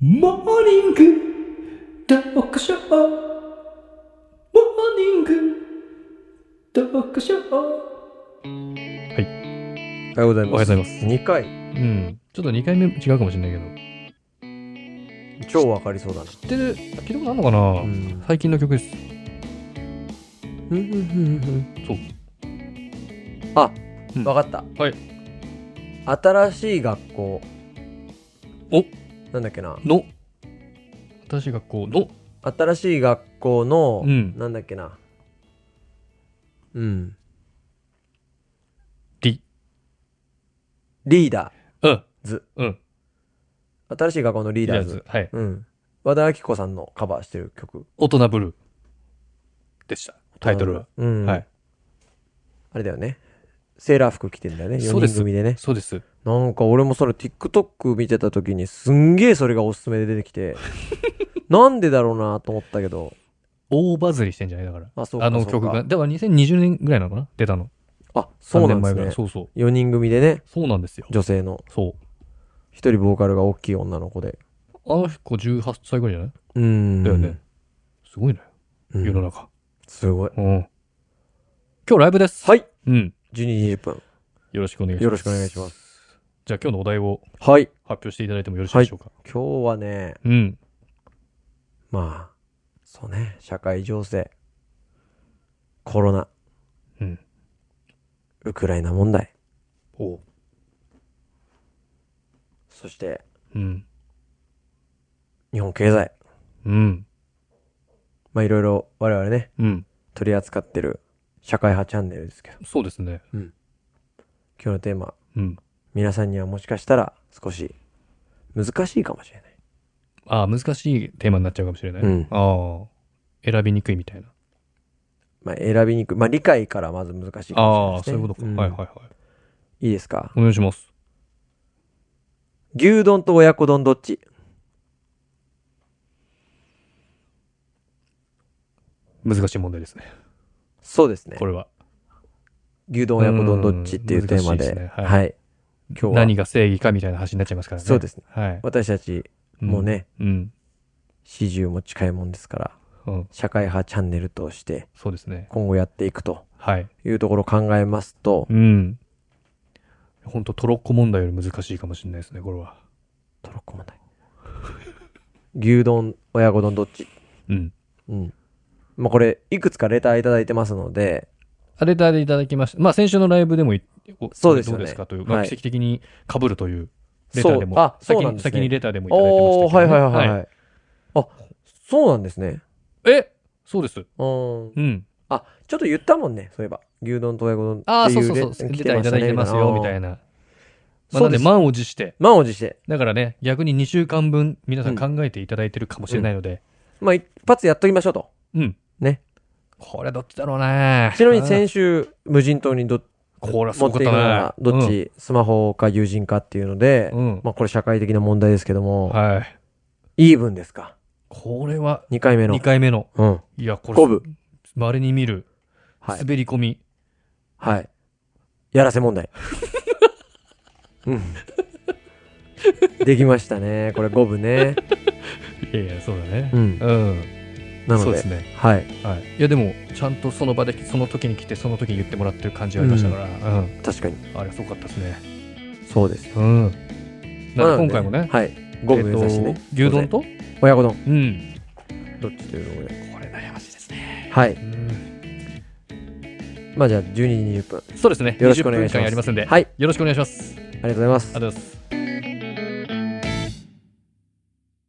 モーニング読書モーニング読書おはようござい。おはようございます2回。うん。ちょっと2回目違うかもしれないけど。超わかりそうだな。知ってる、聞いたことあるのかな、ん。最近の曲です。うんうんうんそう。あう、んわかった。はい。新しい学校。おなんだっけな。の。私がこう、の。新しい学校のう、ん。なんだっけな。うん。リ。リーダうん。ーズ。うん。新しい学校のリーダーズ。。はい。うん。和田アキ子さんのカバーしてる曲。大人ブルー。でした。タイトルは。。うん。はい。あれだよね。セーラー服着てんだよね。そう4で人す組でね。そうです。なんか俺もそれ TikTok 見てた時にすんげえそれがおすすめで出てき て、なんでだろうなと思ったけど、大バズりしてんじゃないだから。あ、そうか。あのそう曲かが。。だから2020年ぐらいなのかな出たの。あ、そうなん3年で前すぐらい。ね。そうそう。 4人組でね、そうなんですよ。女性の、そ一人ボーカルが大きい女の子で。う。あの子18歳ぐらいじゃないうーん。だよね。すごいね。うん。世の中。すごい。うん。今日ライブです。はい。うん。 12時20分。よろしくお願いします。。よろしくお願いしますじゃあ今日のお題をはい。発表していただいてもよろしいでしょうか。今日はね、うん。まあ、そうね、社会情勢、コロナ、うん。ウクライナ問題、おう。そしてうん。日本経済、うん。まあいろいろ我々ね、うん。取り扱ってる社会派チャンネルですけど、そうですね。今日のテーマ、うん。皆さんにはもしかしたら少し難しいかもしれない。ああ、難しいテーマになっちゃうかもしれない。うんああ。選びにくいみたいな。まあ選びにくい。まあ理解からまず難しいかあもあ、しそうれいないですね、うことか。んはいはいはい。いいですかお願いします。牛丼と親子丼どっち難しい問題ですね。そうですねこ。れは。牛丼親子丼どっちっていうテーマで。うん難しいですねはい、は今日は何が正義かみたいな話になっちゃいますからね。そうですね。はい。私たちんもうね。うん。四十も近いもんですから、うん。社会派チャンネルとしてそうですね。今後やっていくとはい。いうところを考えますと、うん。本当トロッコ問題より難しいかもしれないですね、これは。トロッコ問題。牛丼親子丼どっちうん。うん。まあ、これ、いくつかレターいただいてますので、あレターでいただきました。まあ、先週のライブでもい、おそうですよねどうですかという、まはあ、い奇跡的に被るという、レターでも、そうあ先そうなんにですね先にレターでもいただいてまおー、したはけいど、はいはいはい。あ、そうなんですね。えそうです。うん。うん。あ、ちょっと言ったもんね、そういえば。牛丼と親子丼っていうああ、そうそうそう。レ来ターいただいてますよ、みたいな。な。まあ、そなうんでで、す。満を持して。満を持して。だからね、逆に2週間分、皆さん考えていただいてるかもしれないので、まあ、一発やっときましょ うと。うん。ね。これどっちだろうね。ちなみに週、先週、無人島にどこれはす持ごっかてっいくたのなが。どっち、スマホか友人かっていうので、うん。うん。まあ、これ社会的な問題ですけども、はい。イーブンですか。これは、 2回目の2。回目の。うん。いや、こ五れ、分。稀に見る、はい。滑り込み。はい。やらせ 問題。うん。できましたね。これ五分ね。い、やいや、そうだねう。ん。うん。なそのうでで、すね。はい。はい。いや、でも、ちゃんとその場で、その時に来て、その時に言ってもらってる感じがありましたから、うん。確かに。あれ、すごかったですね。そうですよ。うん。まなのあで今回もね、はい。五分目指してえねっ。と牛丼と親子丼。うん。どっちというところで。これ悩ましいですね。はい。うん。まあじゃあ、12時20分。そうですね。よろしくお願いします20分間やりますんで、はい。よろしくお願いします。あありりがとうございますが。とうございます。